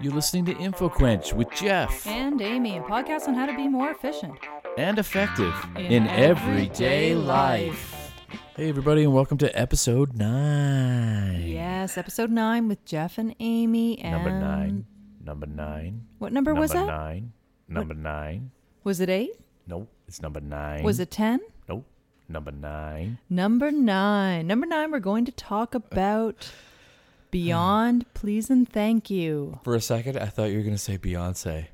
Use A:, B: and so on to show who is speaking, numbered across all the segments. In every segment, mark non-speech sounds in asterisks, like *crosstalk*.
A: You're listening to InfoQuench with Jeff
B: And Amy, a podcast on how to be more efficient.
A: and effective
B: In everyday life.
A: Hey, everybody, and welcome to episode nine.
B: Yes, episode nine with Jeff and Amy. And
A: Number nine. Number nine.
B: What number was
A: number
B: that?
A: nine. Number nine.
B: Was it eight?
A: Nope, it's number nine.
B: Was it ten?
A: Nope, number nine.
B: Number nine. Number nine, we're going to talk about
A: *sighs*
B: Beyond Please and Thank You.
A: For a second, I thought you were going to say Beyonce.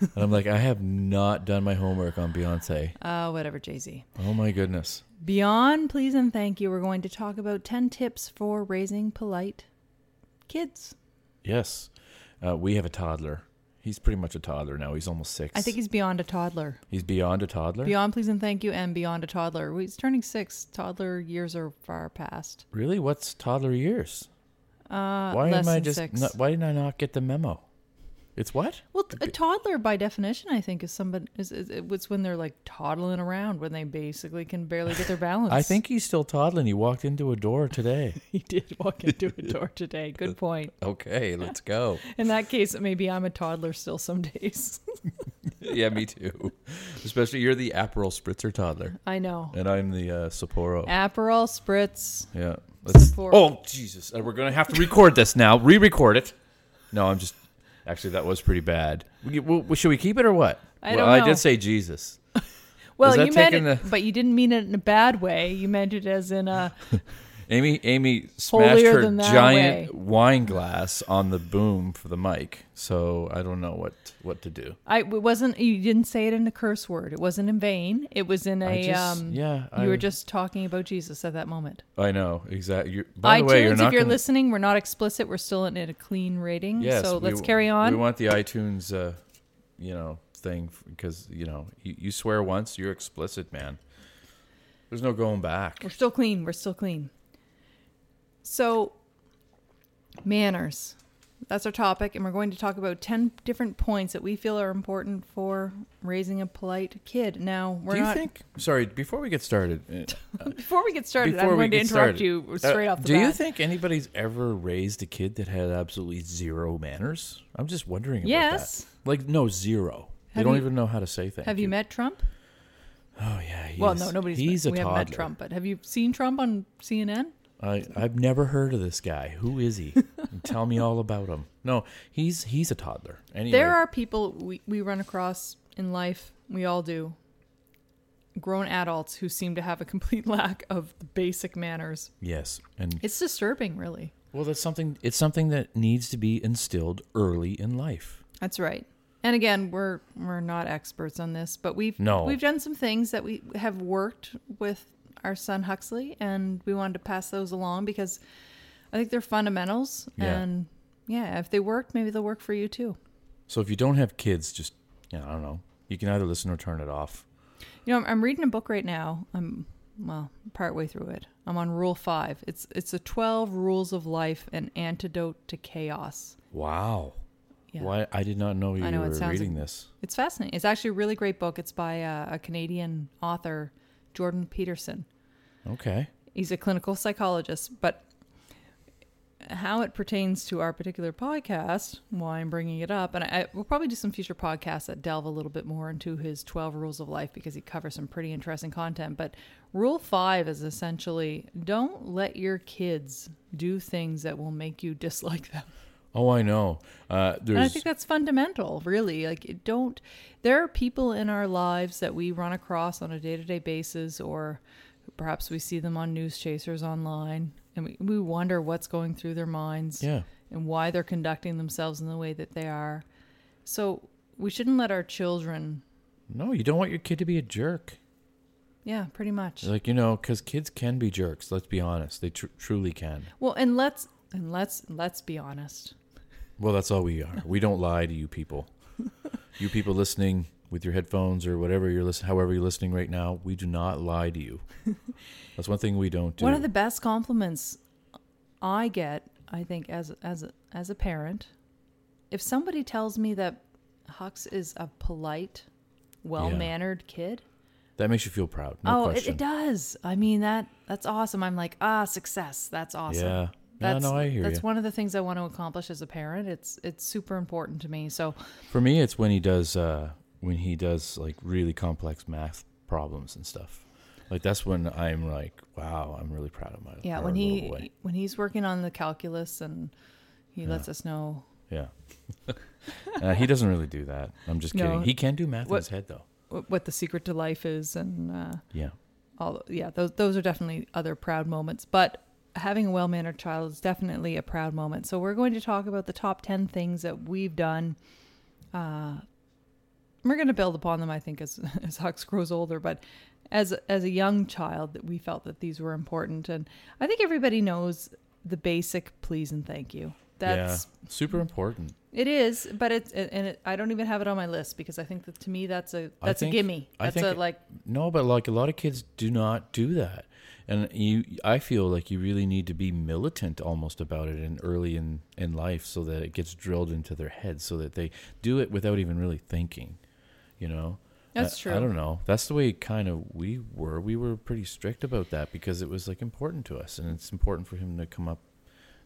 A: and I'm like, I have not done my homework on Beyonce.
B: Uh, whatever, Jay Z.
A: Oh, my goodness.
B: Beyond Please and Thank You, we're going to talk about 10 tips for raising polite kids.
A: Yes. Uh, we have a toddler. He's pretty much a toddler now. He's almost six.
B: I think he's beyond a toddler.
A: he's beyond a toddler.
B: Beyond Please and Thank You and Beyond a Toddler. He's turning six. Toddler years are far past.
A: Really? What's toddler years?
B: Uh,
A: Why
B: less
A: am I
B: than
A: just?
B: six.
A: Not, why didn't I not get the memo? It's what?
B: well, t- a toddler by definition, I think, is somebody is, is it's when they're like toddling around when they basically can barely get
A: *laughs*
B: their balance.
A: I think he's still toddling. He walked into a door today.
B: *laughs* he did walk into a door today. Good point.
A: *laughs* okay, let's *laughs* go.
B: In that case, maybe I'm a toddler still some *laughs* days.
A: yeah, me too. Especially you're the Aperol spritzer toddler,
B: I know.
A: and I'm the uh, Sapporo.
B: *laughs* Aperol spritz.
A: yeah. Let's.
B: Sapporo.
A: Oh Jesus! Uh, We're gonna have to record this now. Re-record it. No, I'm just. Actually, that was pretty bad. We, we, should we keep it or what?
B: I
A: well,
B: don't
A: I
B: know.
A: did say Jesus.
B: Well,
A: that
B: you meant it,
A: taking
B: but you didn't mean it in a bad way. You meant it as
A: *laughs*
B: in a
A: Amy Amy smashed her
B: Holier-than-thou
A: giant wine glass on the boom for the mic, so I don't know what what to do.
B: I it wasn't. You didn't say it in a curse word. It wasn't in vain. It was in
A: I
B: a.
A: just-
B: um,
A: yeah,
B: You
A: I-
B: were just talking about Jesus at that moment.
A: I know exactly. you by the
B: iTunes,
A: way, you're
B: if
A: not
B: you're
A: gonna-
B: listening, we're not explicit. We're still in a clean rating.
A: Yes,
B: so let's
A: we,
B: carry on.
A: We want the iTunes, uh, you know, thing because you know you, you swear once, you're explicit, man. There's no going back.
B: we're still clean. We're still clean. So, manners. That's our topic, and we're going to talk about ten different points that we feel are important for raising a polite kid. Now, we're
A: do you
B: not.
A: think? Sorry, before we get started, uh,
B: before we get started,
A: before
B: I'm
A: we
B: going to
A: get
B: interrupt
A: started,
B: you
A: uh,
B: straight off the
A: do
B: bat.
A: you think anybody's ever raised a kid that had absolutely zero manners? I'm just wondering. About
B: Yes.
A: That. Like no zero. they
B: Have
A: don't
B: you-
A: even know how to say things.
B: Have you met Trump?
A: Oh yeah. He
B: Well,
A: is-
B: no, nobody's.
A: He's
B: met,
A: a
B: we
A: toddler.
B: haven't met Trump, but have you seen Trump on CNN?
A: I I've never heard of this guy. Who is
B: *laughs*
A: he? Tell me all about him. No, he's he's a toddler. Anyway,
B: There are people we, we run across in life, we all do, grown adults who seem to have a complete *laughs* lack of the basic manners.
A: yes, and
B: It's disturbing, really.
A: well, that's something. It's something that needs to be instilled early in life.
B: That's right. And again, we're we're not experts on this, but we've
A: No.
B: we've done some things that we have worked with our son Huxley, and we wanted to pass those along because I think they're fundamentals,
A: Yeah.
B: and yeah, if they worked, maybe they'll work for you too.
A: So if you don't have kids, just you know, I don't know. You can either listen or turn it off.
B: You know, I'm, I'm reading a book right now. I'm well, partway through it. I'm on rule five. It's it's the twelve rules of life, an antidote to chaos.
A: Wow.
B: Yeah.
A: Why I did not know you
B: know, it
A: were
B: sounds
A: reading
B: like-
A: this.
B: It's fascinating. It's actually a really great book. It's by uh, a Canadian author, Jordan Peterson.
A: Okay.
B: He's a clinical psychologist, but how it pertains to our particular podcast, why I'm bringing it up, and I, we'll probably do some future podcasts that delve a little bit more into his 12 rules of life because he covers some pretty interesting content. But rule five is essentially don't let your kids do things that will make you *laughs* dislike them.
A: Oh, I know. Uh,
B: And I
A: there's
B: think that's fundamental, really. Like, it don't. There are people in our lives that we run across on a day to day basis, or perhaps we see them on news chasers online, and we, we wonder what's going through their minds
A: yeah.
B: and why they're conducting themselves in the way that they are. So, we shouldn't let our children.
A: No, you don't want your kid to be a jerk.
B: Yeah, pretty much.
A: Like you know, because kids can be jerks. Let's be honest; they tr- truly can.
B: Well, and let's and let's let's be honest.
A: Well, that's all we are. We don't *laughs* lie to you people. you people listening with your headphones or whatever you're listening, however you're listening right now, we do not lie to
B: *laughs*
A: you. that's one thing we don't do.
B: One of the best compliments I get, I think, as as as a parent, if somebody tells me that Hux is a polite, well-mannered kid,
A: that makes you feel proud. No
B: oh, it,
A: question.
B: it does. I mean that that's awesome. I'm like, ah, success. That's awesome.
A: Yeah, No,
B: That's,
A: no, I hear
B: That's
A: you.
B: one of the things I want to accomplish as a parent. It's it's super important to me. So
A: For me, it's when he does uh, when he does like really complex math problems and stuff. Like that's when I'm like, wow, I'm really proud of my
B: yeah,
A: our
B: when
A: little
B: he
A: boy.
B: when he's working on the calculus and he
A: Yeah.
B: lets us know
A: yeah. *laughs* uh, he doesn't really do that. I'm just kidding.
B: No.
A: He can do math in
B: What-
A: his head though.
B: what, what the secret to life is and uh,
A: Yeah.
B: all yeah those those are definitely other proud moments but having a well-mannered child is definitely a proud moment so we're going to talk about the top 10 things that we've done uh, we're going to build upon them i think as *laughs* as hux grows older but as as a young child that we felt that these were important and i think everybody knows the basic please and thank you that's
A: yeah. super important.
B: it is but it's and it, i don't even have it on my list because i think that to me that's a
A: I
B: that's
A: think-
B: a gimme
A: I
B: that's
A: think-
B: a like
A: No, but like a lot of kids do not do that. And you I feel like you really need to be militant almost about it and early in, in life so that it gets drilled into their heads so that they do it without even really thinking. You know?
B: That's
A: I-
B: true.
A: I don't know. That's the way kind of we were. We were pretty strict about that because it was like important to us and it's important for him to come up,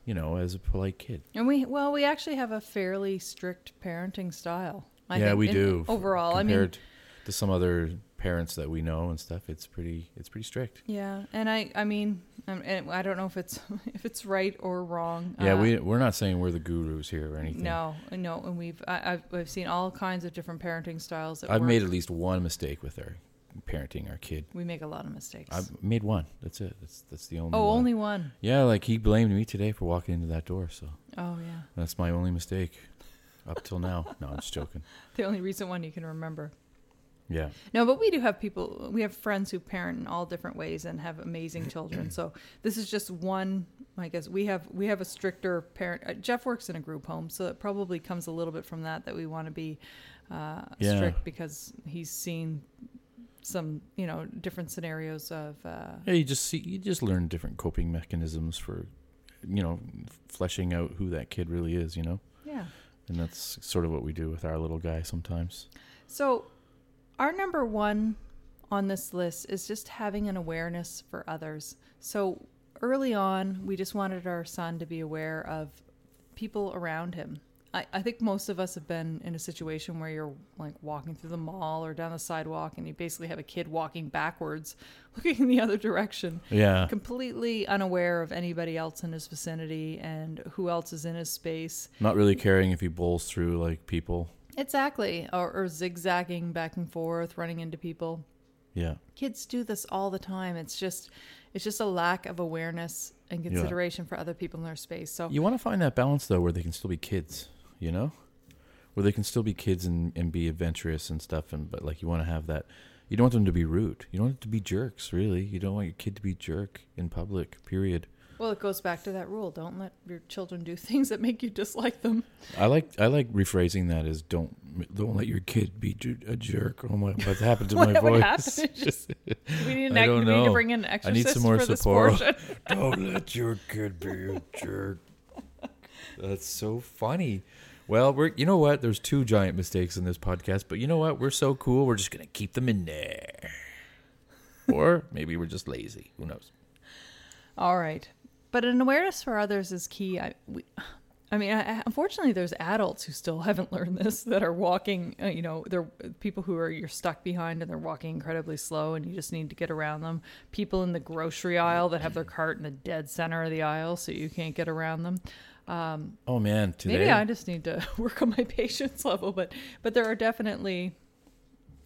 A: you know, as a polite kid.
B: And we well, we actually have a fairly strict parenting style. I
A: yeah,
B: think,
A: we
B: in-
A: do.
B: Overall, Oh, I mean,
A: compared to some other parents that we know and stuff, it's pretty it's pretty strict.
B: yeah, and I, I mean, um, and I don't know if it's *laughs* if it's right or wrong.
A: Yeah,
B: Uh,
A: we we're not saying we're the gurus here or anything.
B: No, no, and we've I, I've I've seen all kinds of different parenting styles. That
A: I've
B: work.
A: made at least one mistake with our parenting our kid.
B: We make a lot of mistakes.
A: I've made one. That's it. That's that's the only.
B: oh,
A: Oh,
B: only one.
A: Yeah, like he blamed me today for walking into that door. So
B: Oh yeah,
A: that's my only mistake, up till now. *laughs* No, I'm just joking.
B: the only recent one you can remember.
A: Yeah,
B: No, but we do have people. We have friends who parent in all different ways and have amazing children. So this is just one. I guess we have we have a stricter parent. Uh, Jeff works in a group home, so it probably comes a little bit from that that we want to be uh,
A: Yeah.
B: strict because he's seen some you know different scenarios of. Uh,
A: yeah. You just see, you just learn different coping mechanisms for, you know, fleshing out who that kid really is. You know,
B: yeah.
A: and that's sort of what we do with our little guy sometimes.
B: So our number one on this list is just having an awareness for others. So early on, we just wanted our son to be aware of people around him. I, I think most of us have been in a situation where you're like walking through the mall or down the sidewalk and you basically have a kid walking backwards, *laughs* looking in the other direction
A: Yeah,
B: completely unaware of anybody else in his vicinity and who else is in his space
A: not really caring if he bowls through like people.
B: exactly or, or zigzagging back and forth running into people
A: Yeah.
B: kids do this all the time it's just it's just a lack of awareness and consideration for other people in their space so
A: You want to find that balance though, where they can still be kids, you know, where they can still be kids and, and be adventurous and stuff, and but like you want to have that. You don't want them to be rude. You don't want them to be jerks, really. You don't want your kid to be jerk in public. Period.
B: well it goes back to that rule don't let your children do *laughs* things that make you dislike them
A: I like I like rephrasing that as don't don't let your kid be ju- a jerk. Oh my! *laughs* What happened to my
B: What would
A: voice?
B: happen?
A: Just-
B: we need, an
A: I
B: ex-
A: don't
B: we need to
A: know.
B: bring in an
A: I need
B: exorcist
A: some more
B: for this
A: support.
B: portion
A: don't let your kid be a jerk. That's so funny. Well, we're you know what? There's two giant mistakes in this podcast, but you know what? We're so cool. We're just gonna keep them in there. Or maybe we're just lazy. Who knows?
B: All right. But an awareness for others is key. I, we, I mean, I, unfortunately, there's adults who still *laughs* haven't learned this that are walking, uh, you know, they're people who are, you're stuck behind and they're walking incredibly slow and you just need to get around them. People in the grocery aisle that have their cart in the dead center of the aisle so you can't get around them. Um,
A: Oh man, today
B: maybe I just need to *laughs* work on my patience level, but, but there are definitely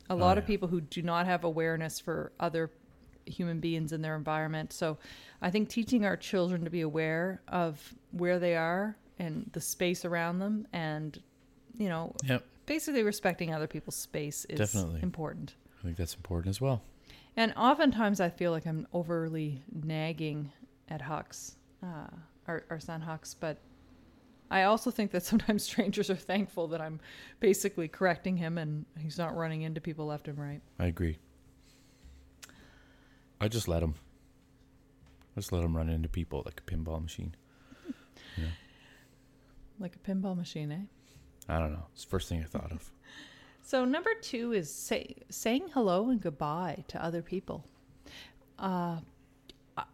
B: a lot
A: Oh,
B: of
A: yeah.
B: people who do not have awareness for other human beings in their environment. So I think teaching our children to be aware of where they are and the space around them and you know
A: Yep.
B: basically respecting other people's space is
A: Definitely.
B: important.
A: I think that's important as well.
B: And oftentimes I feel like I'm overly nagging at Hux, uh, our, our son Hux, but I also think that *laughs* sometimes strangers are thankful that I'm basically correcting him and he's not running into people left and right.
A: I agree. I just let him. I just let him run into people like a pinball machine.
B: Like a pinball machine, eh?
A: I don't know. It's the first thing I thought of.
B: So number two is say, saying hello and goodbye to other people. Uh,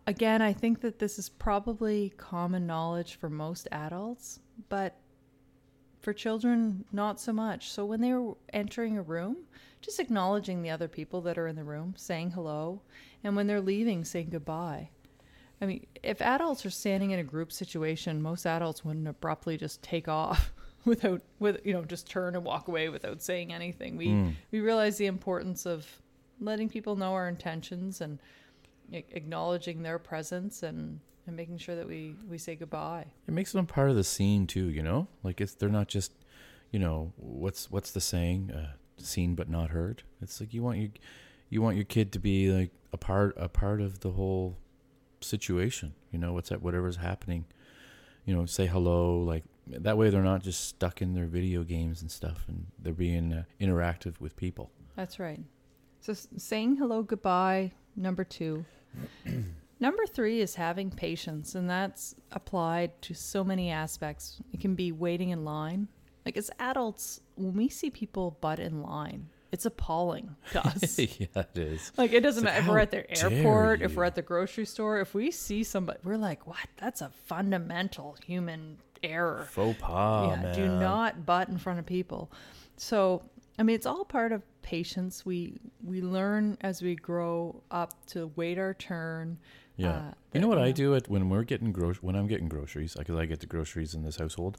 B: again, I think that this is probably common knowledge for most adults, but for children, not so much. So when they're entering a room, just acknowledging the other people that are in the room, saying hello, and when they're leaving, saying goodbye. I mean, if adults are standing in a group situation, most adults wouldn't abruptly just take off *laughs* without with you know just turn and walk away without saying anything. We we realize the importance of letting people know our intentions and a- acknowledging their presence and and making sure that we we say goodbye.
A: It makes them part of the scene too, you know. Like it's they're not just, you know, what's what's the saying? Uh, seen but not heard. It's like you want your you want your kid to be like a part a part of the whole situation. You know, what's at whatever's happening. You know, say hello. Like that way, they're not just stuck in their video games and stuff, and they're being uh, interactive with people.
B: *laughs* That's right. So s- saying hello, goodbye,
A: *clears throat*
B: number two. number three is having patience, and that's applied to so many aspects. It can be waiting in line. Like as adults, when we see people butt in line, it's appalling
A: *laughs*
B: to us.
A: yeah, it is.
B: Like it
A: It's like,
B: doesn't matter if we're
A: how
B: at the
A: dare
B: airport, if
A: you.
B: we're at the grocery store, if we see somebody, we're like, "What? That's a fundamental human error."
A: Faux pas,
B: yeah,
A: Oh, man.
B: do not butt in front of people. So, I mean, it's all part of patience. We we learn as we grow up to wait our turn.
A: Yeah.
B: Uh,
A: you know what I do at when we're getting gro- when I'm getting groceries because I get the groceries in this household.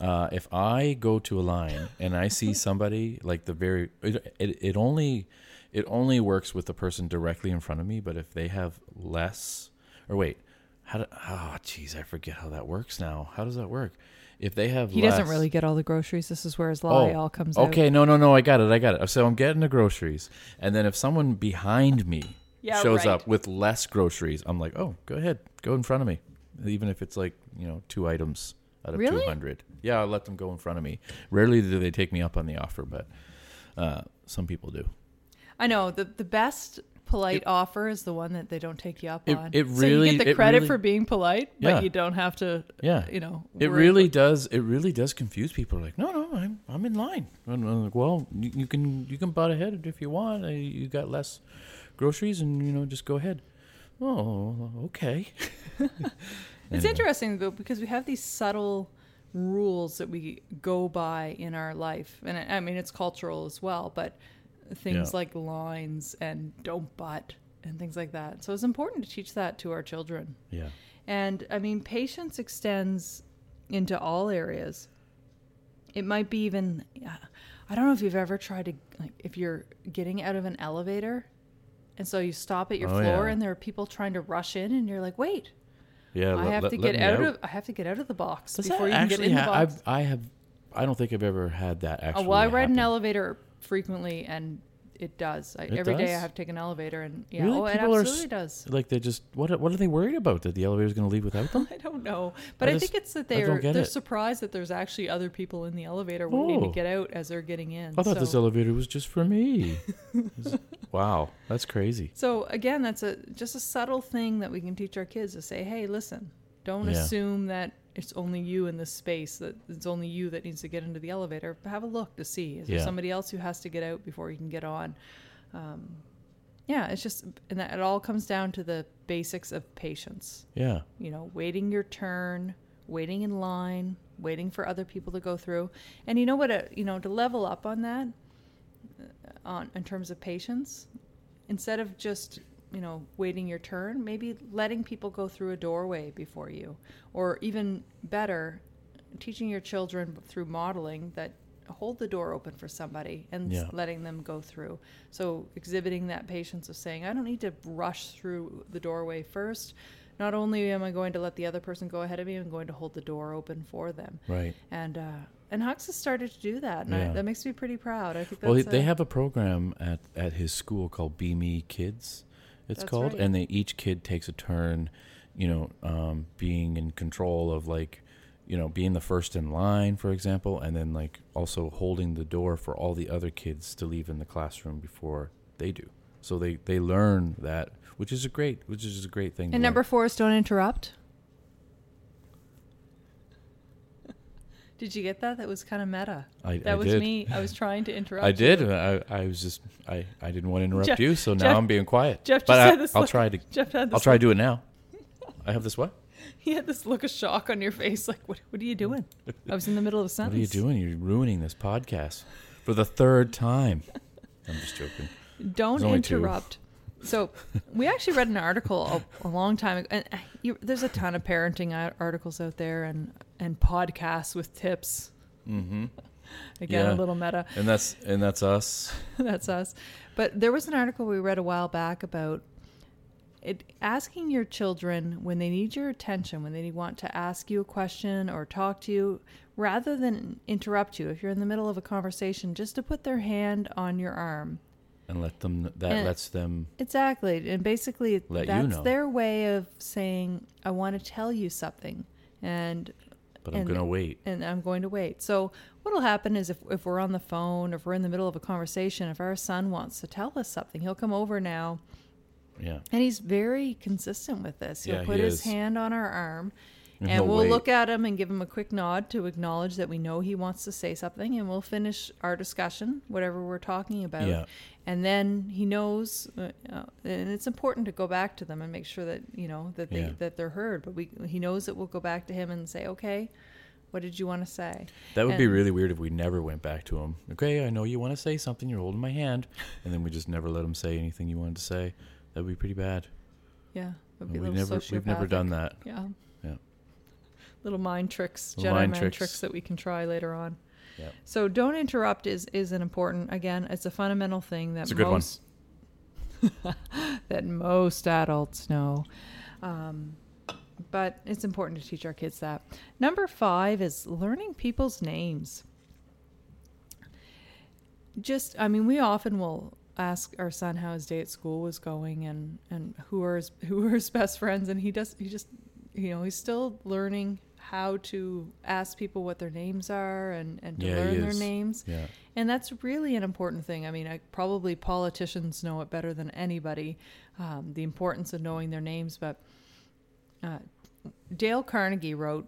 A: Uh, if I go to a line and I
B: *laughs*
A: see somebody like the very it, it it only it only works with the person directly in front of me, but if they have less or wait, how do, oh jeez, I forget how that works now. How does that work? If they have
B: He
A: less, Oh,
B: doesn't really get all the groceries. This is where his lie all comes out.
A: Okay, no, no, no. I got it. I got it. So I'm getting the groceries, and then if someone behind me
B: Yeah,
A: shows
B: right.
A: up with less groceries, I'm like, oh, go ahead, go in front of me, even if it's like you know two items out of
B: Really?
A: 200. Yeah, I let them go in front of me. Rarely do they take me up on the offer, but uh, some people do.
B: I know the the best polite offer is the one that they don't take you up
A: It-
B: on.
A: it
B: so you
A: really-
B: get the
A: it
B: credit
A: really-
B: for being polite,
A: Yeah.
B: but you don't have to.
A: Yeah.
B: you know,
A: It
B: worry
A: really does. It really does confuse people. Like, no, no, I'm I'm in line. And I'm like, well, you, you can you can butt ahead if you want. Uh, You got less groceries, and you know, just go ahead. Oh, okay.
B: It's interesting though because we have these subtle rules that we go by in our life, and I I mean it's cultural as well, but things
A: Yeah.
B: like lines and don't butt and things like that. So it's important to teach that to our children.
A: Yeah.
B: And I mean, patience extends into all areas. It might be even, I don't know if you've ever tried to, like, if you're getting out of an elevator and so you stop at your
A: Oh,
B: floor
A: yeah.
B: and there are people trying to rush in and you're like, wait,
A: Yeah.
B: I
A: let-
B: have
A: let-
B: to
A: let
B: get
A: me
B: out, of I have to get out of the box
A: Does that
B: before you can get
A: actually
B: in the
A: ha-
B: box.
A: I've, I have. I don't think I've ever had that
B: Oh,
A: actually.
B: well, I ride
A: happen.
B: an elevator frequently and it does. I, every
A: It
B: day I
A: does?
B: have to take an elevator and yeah,
A: Really?
B: oh, it
A: People are s-
B: absolutely
A: *laughs*
B: does. *laughs*
A: Like they just what? What are they worried about? That the elevator's going to leave without
B: *laughs*
A: them?
B: I don't know, but I,
A: I just-
B: think it's that
A: I don't
B: they're
A: get
B: they're
A: it.
B: surprised that there's actually other people in the elevator waiting to
A: Oh.
B: get out as they're getting in.
A: I thought
B: so,
A: this elevator was just for
B: *laughs*
A: me. wow, that's crazy.
B: so again, that's a just a subtle thing that we can teach our kids to say, "Hey, listen, don't
A: Yeah.
B: assume that it's only you in this space that it's only you that needs to get into the elevator. Have a look to see is there
A: Yeah.
B: somebody else who has to get out before you can get on." Um, yeah, it's just and that it all comes down to the basics of patience.
A: Yeah.
B: you know, waiting your turn, waiting in line, waiting for other people to go through. And you know what, uh, you know, to level up on that uh, on in terms of patience, instead of just, you know, waiting your turn, maybe letting people go through a doorway before you or even better, teaching your children through modeling that hold the door open for somebody and s-
A: Yeah.
B: letting them go through. So exhibiting that patience of saying, I don't need to rush through the doorway first. Not only am I going to let the other person go ahead of me, I'm going to hold the door open for them.
A: Right.
B: And uh, and Hux has started to do that, and I,
A: Yeah.
B: that makes me pretty proud. I think that's
A: Well, they
B: a-
A: have a program at, at his school called Be Me Kids, it's
B: That's
A: called,
B: right.
A: and they each kid takes a turn, you know, um, being in control of like, you know, being the first in line, for example, and then like also holding the door for all the other kids to leave in the classroom before they do. So they they learn that, which is a great, which is a great thing. to
B: And
A: learn.
B: number four is don't interrupt. *laughs* Did you get that? That was kind of meta.
A: I-
B: that
A: I
B: was
A: did.
B: me. I was trying to interrupt.
A: I
B: you.
A: did. I, I was just I, I didn't want to interrupt
B: Jeff-
A: you, so now
B: Jeff-
A: I'm being quiet.
B: Jeff just
A: but I,
B: had *laughs* this
A: I'll
B: look-
A: try to
B: Jeff had
A: I'll
B: this
A: try to do it now. I have this what?
B: He had this look of shock on your face, like, "What? What are you doing?" I was in the middle of a
A: *laughs* What are you
B: sentence.
A: doing? You're ruining this podcast for the third time. *laughs* I'm just joking.
B: doing? Don't
A: There's only two.
B: interrupt. So, we actually read an article a, a long time ago, and uh, you, there's a ton of parenting ar- articles out there, and and podcasts with tips. Mm-hmm. *laughs* Again, a
A: Yeah.
B: little meta.
A: And that's and that's us.
B: *laughs* That's us. But there was an article we read a while back about it asking your children when they need your attention, when they want to ask you a question or talk to you, rather than interrupt you if you're in the middle of a conversation, just to put their hand on your arm.
A: And let them that
B: And-
A: lets them
B: Exactly. And basically
A: Let you
B: that's
A: know.
B: their way of saying I want to tell you something. And
A: but I'm
B: and-
A: gonna wait.
B: and I'm going to wait. So what'll happen is if, if we're on the phone, if we're in the middle of a conversation, if our son wants to tell us something, he'll come over now
A: Yeah.
B: and he's very consistent with this. He'll
A: Yeah, he
B: put his
A: is.
B: hand on our arm
A: And
B: and
A: he'll
B: we'll
A: wait.
B: look at him and give him a quick nod to acknowledge that we know he wants to say something and we'll finish our discussion, whatever we're talking about.
A: Yeah.
B: And then he knows, uh, uh, and it's important to go back to them and make sure that, you know, that they,
A: Yeah.
B: that they're heard, but we, he knows that we'll go back to him and say, okay, what did you want to say?
A: That would be
B: and-
A: really weird if we never went back to him. Okay, I know you want to say something. You're holding my hand, and then we just never let him say anything you wanted to say. That'd be pretty bad.
B: Yeah. it would
A: And
B: be a
A: We
B: little
A: never we've never
B: sociopathic.
A: done that.
B: Yeah.
A: Yeah.
B: Little mind tricks,
A: Little
B: Jedi
A: mind
B: mind
A: tricks.
B: tricks. that we can try later on.
A: Yeah.
B: So don't interrupt is is an important again. It's a fundamental thing that
A: It's a good one.
B: most that most adults know, um, but it's important to teach our kids that. Number five is learning people's names. Just, I mean, we often will ask our son how his day at school was going and and who are his, *laughs* who are his best friends, and he does he just you know he's still learning how to ask people what their names are and and to
A: Yeah, he
B: learn their
A: is.
B: names
A: Yeah.
B: and that's really an important thing. I mean, I, probably politicians know it better than anybody, um, the importance of knowing their names. But uh, Dale Carnegie wrote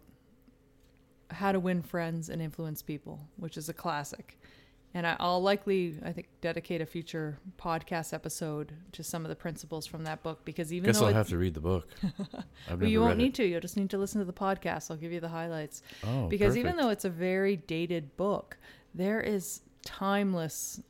B: How to Win Friends and Influence People, which is a classic. And I, I'll likely, I think, dedicate a future podcast episode to some of the principles from that book because even
A: Guess
B: though
A: I'll
B: it-
A: have to read the
B: *laughs*
A: book. I've
B: well,
A: never
B: you won't
A: read
B: need
A: it.
B: to, you'll just need to listen to the podcast. I'll give you the highlights
A: Oh,
B: because even
A: perfect.
B: though it's a very dated book, there is timeless,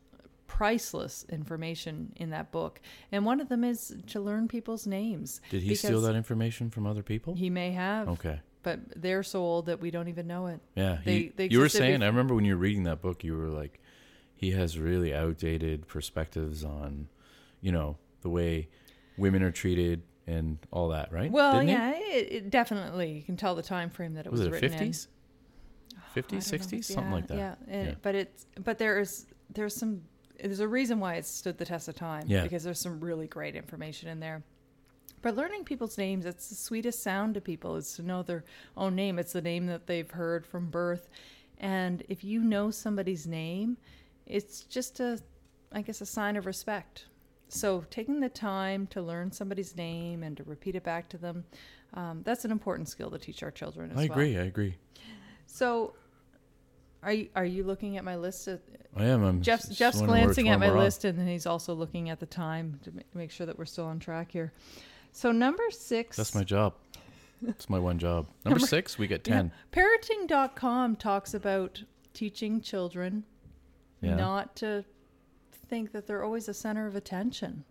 B: priceless information in that book. And one of them is to learn people's names.
A: Did he steal
B: because
A: that information from other people?
B: He may have,
A: Oh, okay.
B: but they're so old that we don't even know it.
A: Yeah.
B: They-
A: he-
B: they
A: you were
B: existed
A: saying,
B: bef-
A: I remember when you were reading that book, you were like, he has really outdated perspectives on, you know, the way women are treated and all that, right?
B: Well,
A: Didn't he?
B: yeah, it, it definitely you can tell the time frame that it
A: Was
B: was,
A: it
B: written in.
A: 50s? 50s,
B: I don't know,
A: 60s? Something
B: yeah,
A: like that.
B: Yeah, and-
A: Yeah.
B: but it's but there is there's some there's a reason why it stood the test of time
A: Yeah.
B: because there's some really great information in there. But learning people's names, it's the sweetest sound to people is to know their own name. It's the name that they've heard from birth. And if you know somebody's name, it's just a I guess a sign of respect. So taking the time to learn somebody's name and to repeat it back to them, um, that's an important skill to teach our children as
A: I
B: well.
A: agree. I agree.
B: So, are you, are you looking at my list? Of,
A: I am. I'm
B: Jeff's,
A: just
B: Jeff's
A: wondering where-
B: glancing
A: which
B: at
A: one
B: my
A: we're on.
B: list, and then he's also looking at the time to ma- make sure that we're still on track here. So number six.
A: That's my job. That's my one
B: *laughs*
A: job. Number six, we get
B: yeah,
A: 10.
B: parenting.com talks about teaching children
A: Yeah.
B: not to think that they're always the center of attention.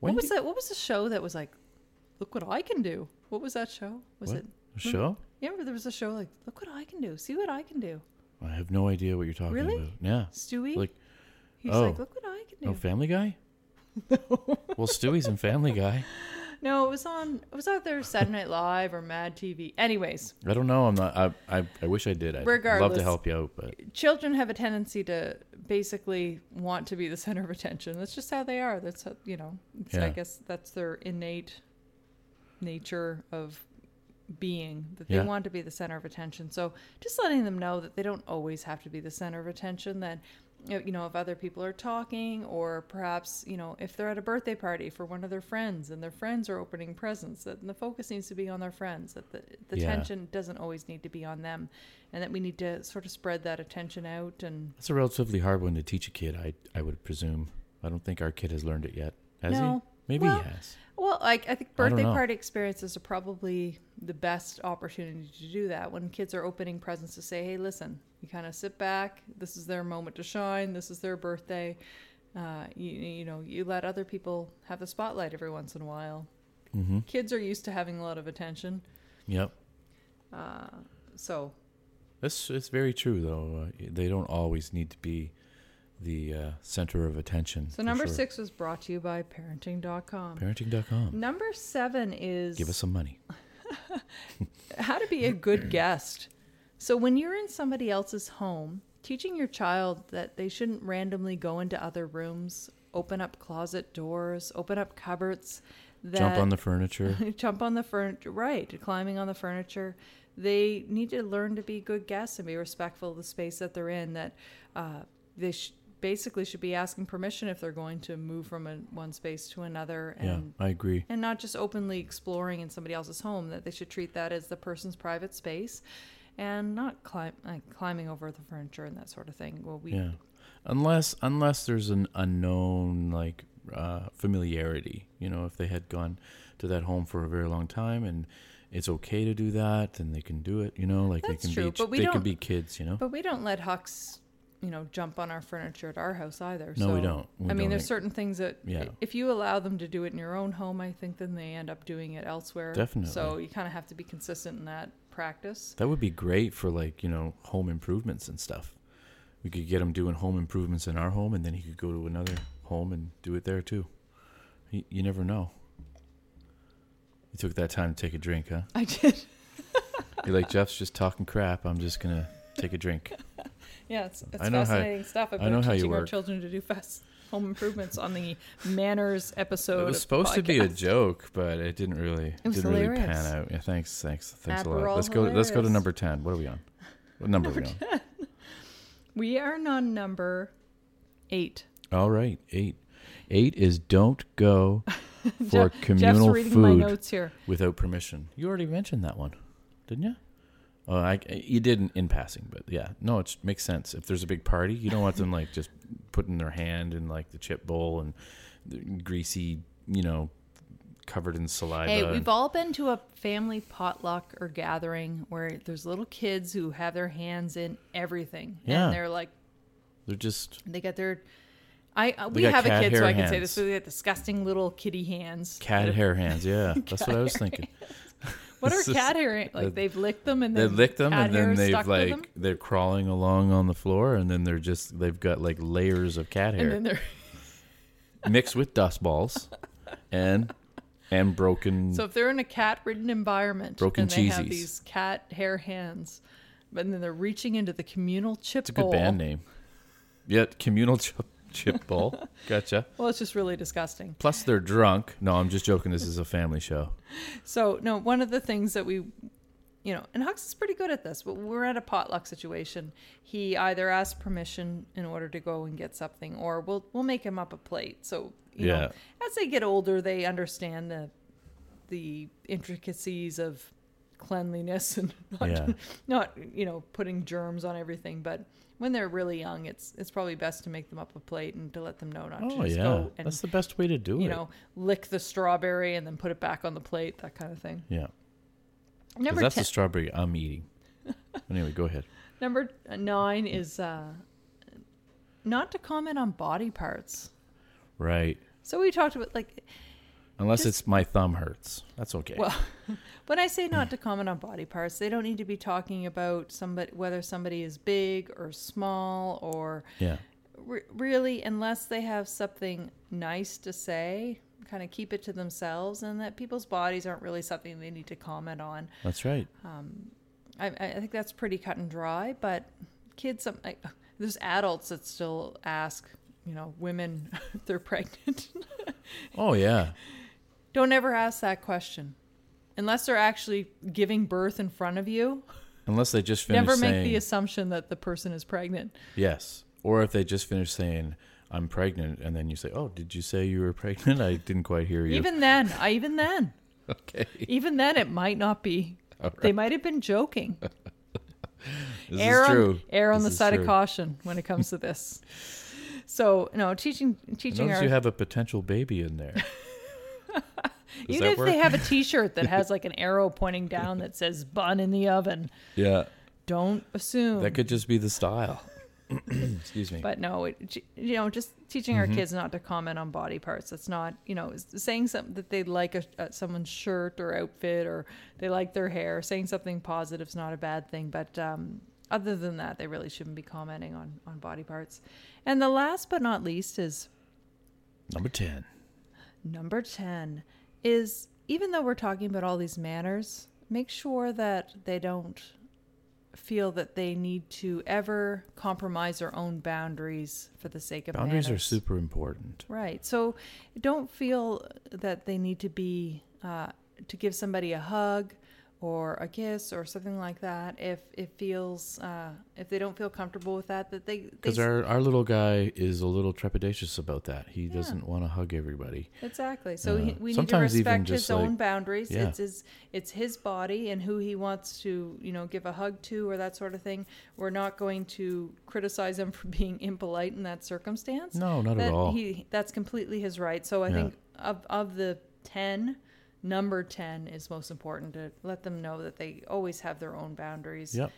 A: When
B: what was
A: did-
B: that? What was the show that was like? Look what I can do. What was that show? Was
A: What?
B: it? Hmm?
A: A show?
B: Yeah, there was a show like, look what I can do. See what I can do.
A: I have no idea what you're talking
B: Really?
A: about. Yeah.
B: Stewie.
A: Like,
B: he's
A: oh.
B: like, look what I can do.
A: no Family
B: *laughs*
A: Guy? No. well, Stewie's in Family Guy.
B: No, it was on. It was out there Saturday Night Live or Mad TV. Anyways,
A: I don't know. I'm not. I. I, I wish I did. I'd love
B: Regardless.
A: to help you out, but
B: children have a tendency to basically want to be the center of attention. That's just how they are. That's how, you know. It's, I
A: Yeah.
B: guess that's their innate nature of being that they
A: Yeah.
B: want to be the center of attention. So just letting them know that they don't always have to be the center of attention. That if- you know, if other people are talking, or perhaps, you know, if they're at a birthday party for one of their friends and their friends are opening presents, that the focus needs to be on their friends, that the, the
A: Yeah.
B: tension doesn't always need to be on them, and that we need to sort of spread that attention out. And
A: That's a relatively hard one to teach a kid, I I would presume. I don't think our kid has learned it yet. Has
B: No.
A: he? Maybe
B: Well,
A: he has.
B: well, like, I think
A: I don't
B: birthday
A: know.
B: party experiences are probably the best opportunity to do that when kids are opening presents to say, hey, listen, you kind of sit back, this is their moment to shine, this is their birthday. Uh, you, you know, you let other people have the spotlight every once in a while.
A: Mm-hmm.
B: kids are used to having a lot of attention
A: Yep.
B: uh, so
A: That's it's very true though. Uh, they don't always need to be the uh, center of attention.
B: so
A: for
B: number
A: sure.
B: six was brought to you by parenting.com
A: parenting.com.
B: number seven is
A: Give us some money.
B: how to be a good guest so when you're in somebody else's home teaching your child that they shouldn't randomly go into other rooms open up closet doors open up cupboards that
A: Jump on the
B: *laughs*
A: furniture.
B: jump on the furniture right climbing on the furniture they need to learn to be good guests and be respectful of the space that they're in that uh, they sh- basically should be asking permission if they're going to move from a, one space to another
A: yeah,
B: and
A: I agree.
B: and not just openly exploring in somebody else's home that they should treat that as the person's private space and not climb, like climbing over the furniture and that sort of thing well we
A: Yeah. Unless unless there's an unknown like uh, familiarity, you know, if they had gone to that home for a very long time and it's okay to do that, then they can do it, you know, like
B: That's
A: they can be
B: true, but we
A: they
B: don't-
A: can be kids, you know.
B: But we don't let Hucks, you know, jump on our furniture at our house either.
A: No,
B: so,
A: we don't. We
B: I mean,
A: don't. e-,
B: there's certain things that
A: Yeah.
B: if you allow them to do it in your own home, I think then they end up doing it elsewhere. So
A: Definitely.
B: you kind of have to be consistent in that practice.
A: That would be great for like, you know, home improvements and stuff. We could get him doing home improvements in our home and then he could go to another home and do it there too. You, you never know. You took that time to take a drink, huh?
B: I did.
A: *laughs* You're like Jeff's just talking crap. I'm just going to take a
B: *laughs*
A: drink.
B: Yeah, it's, it's
A: I know how-
B: fascinating stuff. I've
A: I
B: been
A: know how you
B: teaching our
A: work.
B: children to do fast home improvements on the *laughs* manners episode.
A: It was
B: of
A: supposed to be a
B: podcast.
A: joke, but it didn't really
B: It was
A: didn't really
B: hilarious.
A: pan out. Yeah, thanks, thanks, thanks a
B: Aperol
A: lot. Let's go. Let's go to
B: hilarious.
A: number ten. What are we on? What number are we on?
B: We are on number eight.
A: All right, eight. Eight is don't go for
B: Jeff- Jeff's
A: communal
B: reading my
A: food
B: notes here.
A: without permission. You already mentioned that one, didn't you? Oh, I, you didn't in passing, but yeah, no, it makes sense. If there's a big party, you don't want them like just putting their hand in like the chip bowl and the greasy, you know, covered in saliva.
B: Hey,
A: and-
B: we've all been to a family potluck or gathering where there's little kids who have their hands in everything,
A: Yeah.
B: and they're like,
A: they're just
B: they get their. I uh,
A: They
B: we
A: got
B: have a
A: cat
B: kid, so
A: hair
B: I can say
A: hands.
B: this. So they got disgusting little kitty hands.
A: Cat hair hands, yeah.
B: *laughs*
A: That's what I was thinking.
B: What are
A: This is-
B: cat hair? Like they've licked them and
A: They
B: then
A: lick them
B: cat
A: and
B: hair
A: then
B: is
A: they've
B: stuck to them,
A: like they're crawling along on the floor and then they're just they've got like layers of cat
B: and
A: hair
B: then they're
A: mixed with dust balls and and broken
B: so if they're in a cat-ridden environment,
A: Broken
B: and they have
A: cheesies.
B: these cat hair hands, but then they're reaching into the communal chip
A: it's a
B: bowl.
A: good band name. Yet communal chip, chip bowl. Gotcha.
B: Well, it's just really disgusting.
A: Plus they're drunk. No, I'm just joking. This is a family show.
B: So no, one of the things that we, you know, and Hux is pretty good at this. But we're at a potluck situation. He either asks permission in order to go and get something, or we'll we'll make him up a plate. So you know, as they get older, they understand the the intricacies of cleanliness and *laughs* not,
A: Yeah.
B: not you know putting germs on everything. But when they're really young, it's it's probably best to make them up a plate and to let them know not to
A: Oh
B: just
A: yeah.
B: go and
A: That's the best way to do
B: you
A: it.
B: know lick the strawberry and then put it back on the plate, that kind of thing.
A: yeah. 'Cause
B: Number
A: that's
B: ten,
A: the strawberry I'm eating.
B: *laughs*
A: Anyway, go ahead.
B: number nine is uh, not to comment on body parts.
A: Right.
B: So we talked about like
A: Unless
B: Just-
A: it's my thumb hurts. That's okay.
B: well, when I say not to comment on body parts, they don't need to be talking about somebody whether somebody is big or small or
A: yeah.
B: re- really unless they have something nice to say. Kind of keep it to themselves, and that people's bodies aren't really something they need to comment on.
A: That's
B: *laughs*
A: right.
B: I, I I think that's pretty cut and dry, but kids, some- like, there's adults that still ask, you know, women *laughs* if they're pregnant. *laughs*
A: Oh yeah.
B: Don't ever ask that question. Unless they're actually giving birth in front of you,
A: Unless they just finish
B: never make
A: saying
B: the assumption that the person is pregnant.
A: yes, Or if they just finish saying, I'm pregnant, and then you say, Oh, did you say you were *laughs* pregnant? I didn't quite hear you.
B: Even then, I even then,
A: *laughs* okay.
B: even then, it might not be.
A: All
B: They might have been joking.
A: This
B: err
A: is
B: on,
A: true.
B: err on
A: This
B: the
A: is
B: side
A: true.
B: of caution when it comes to this. So no, teaching
A: I
B: teaching
A: notice
B: our
A: you have a potential baby in
B: *laughs*
A: there. Does
B: even
A: that
B: if
A: work?
B: they have a
A: *laughs*
B: T-shirt that has like an arrow pointing down that says "bun in the oven,"
A: yeah.
B: don't assume.
A: That could just be the style. *clears throat*
B: *laughs*
A: Excuse me.
B: but no, it, you know, just teaching
A: Mm-hmm.
B: our kids not to comment on body parts. That's not, you know, s- saying something that they like a, uh someone's shirt or outfit or they like their hair. Saying something positive is not a bad thing, but um, other than that, they really shouldn't be commenting on on body parts. And the last but not least is
A: Number 10.
B: Number 10 is even though we're talking about all these manners, make sure that they don't feel that they need to ever compromise their own boundaries for the sake of
A: Boundaries are
B: manners.
A: super important.
B: Right. So don't feel that they need to be uh, to give somebody a hug or a kiss or something like that if it feels uh, if they don't feel comfortable with that that they, they
A: Because our, our little guy is a little trepidatious about that. He doesn't want to hug everybody.
B: Exactly. So
A: Uh,
B: he, we need to
A: sometimes even
B: respect
A: just
B: his own
A: like-
B: boundaries.
A: yeah.
B: It's his, it's his body and who he wants to, you know, give a hug to or that sort of thing. We're not going to criticize him *laughs* for being impolite in that circumstance.
A: No, not
B: that
A: at all.
B: He that's completely his right. So I
A: Yeah.
B: think of of the ten, number ten is most important to let them know that they always have their own boundaries.
A: Yep.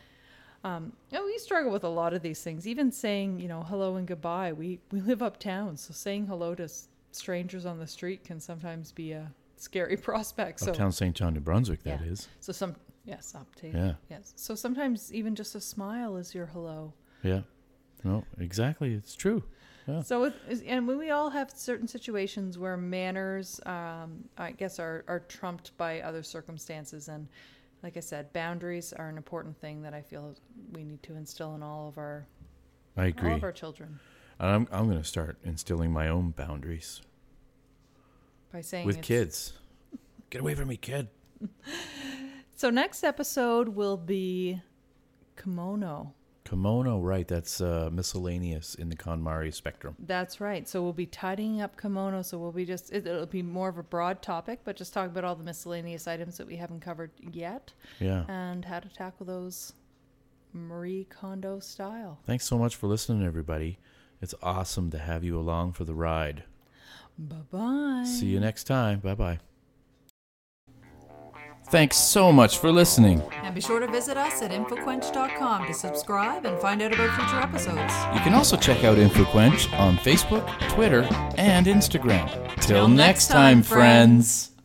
B: Yeah, we struggle with a lot of these things. Even saying, you know, hello and goodbye. We we live uptown, so saying hello to s- strangers on the street can sometimes be a scary *laughs* prospect. So
A: Uptown St. John, New Brunswick, that
B: Yeah.
A: is.
B: so some yes, uptown.
A: Yeah.
B: Yes. So sometimes even just a smile is your hello.
A: Yeah. No, exactly. It's true. Yeah.
B: So it, is- and when we all have certain situations where manners, um, I guess, are are trumped by other circumstances and. Like I said, boundaries are an important thing that I feel we need to instill in all of our
A: I agree.
B: all of
A: And
B: our children
A: I'm, I'm going to start instilling my own boundaries
B: by saying
A: with
B: it's-
A: kids. Get away from me, kid.
B: So next episode will be kimono.
A: Kimono, right. That's uh, miscellaneous in the KonMari spectrum.
B: That's right. So we'll be tidying up kimono. So we'll be just it, it'll be more of a broad topic, but just talk about all the miscellaneous items that we haven't covered yet
A: Yeah.
B: and how to tackle those Marie Kondo style.
A: Thanks so much for listening, everybody. It's awesome to have you along for the ride.
B: Bye bye.
A: See you next time. Bye bye. Thanks so much for listening.
B: And be sure to visit us at infoquench.com to subscribe and find out about future episodes.
A: You can also check out InfoQuench on Facebook, Twitter, and Instagram. Till next time, friends.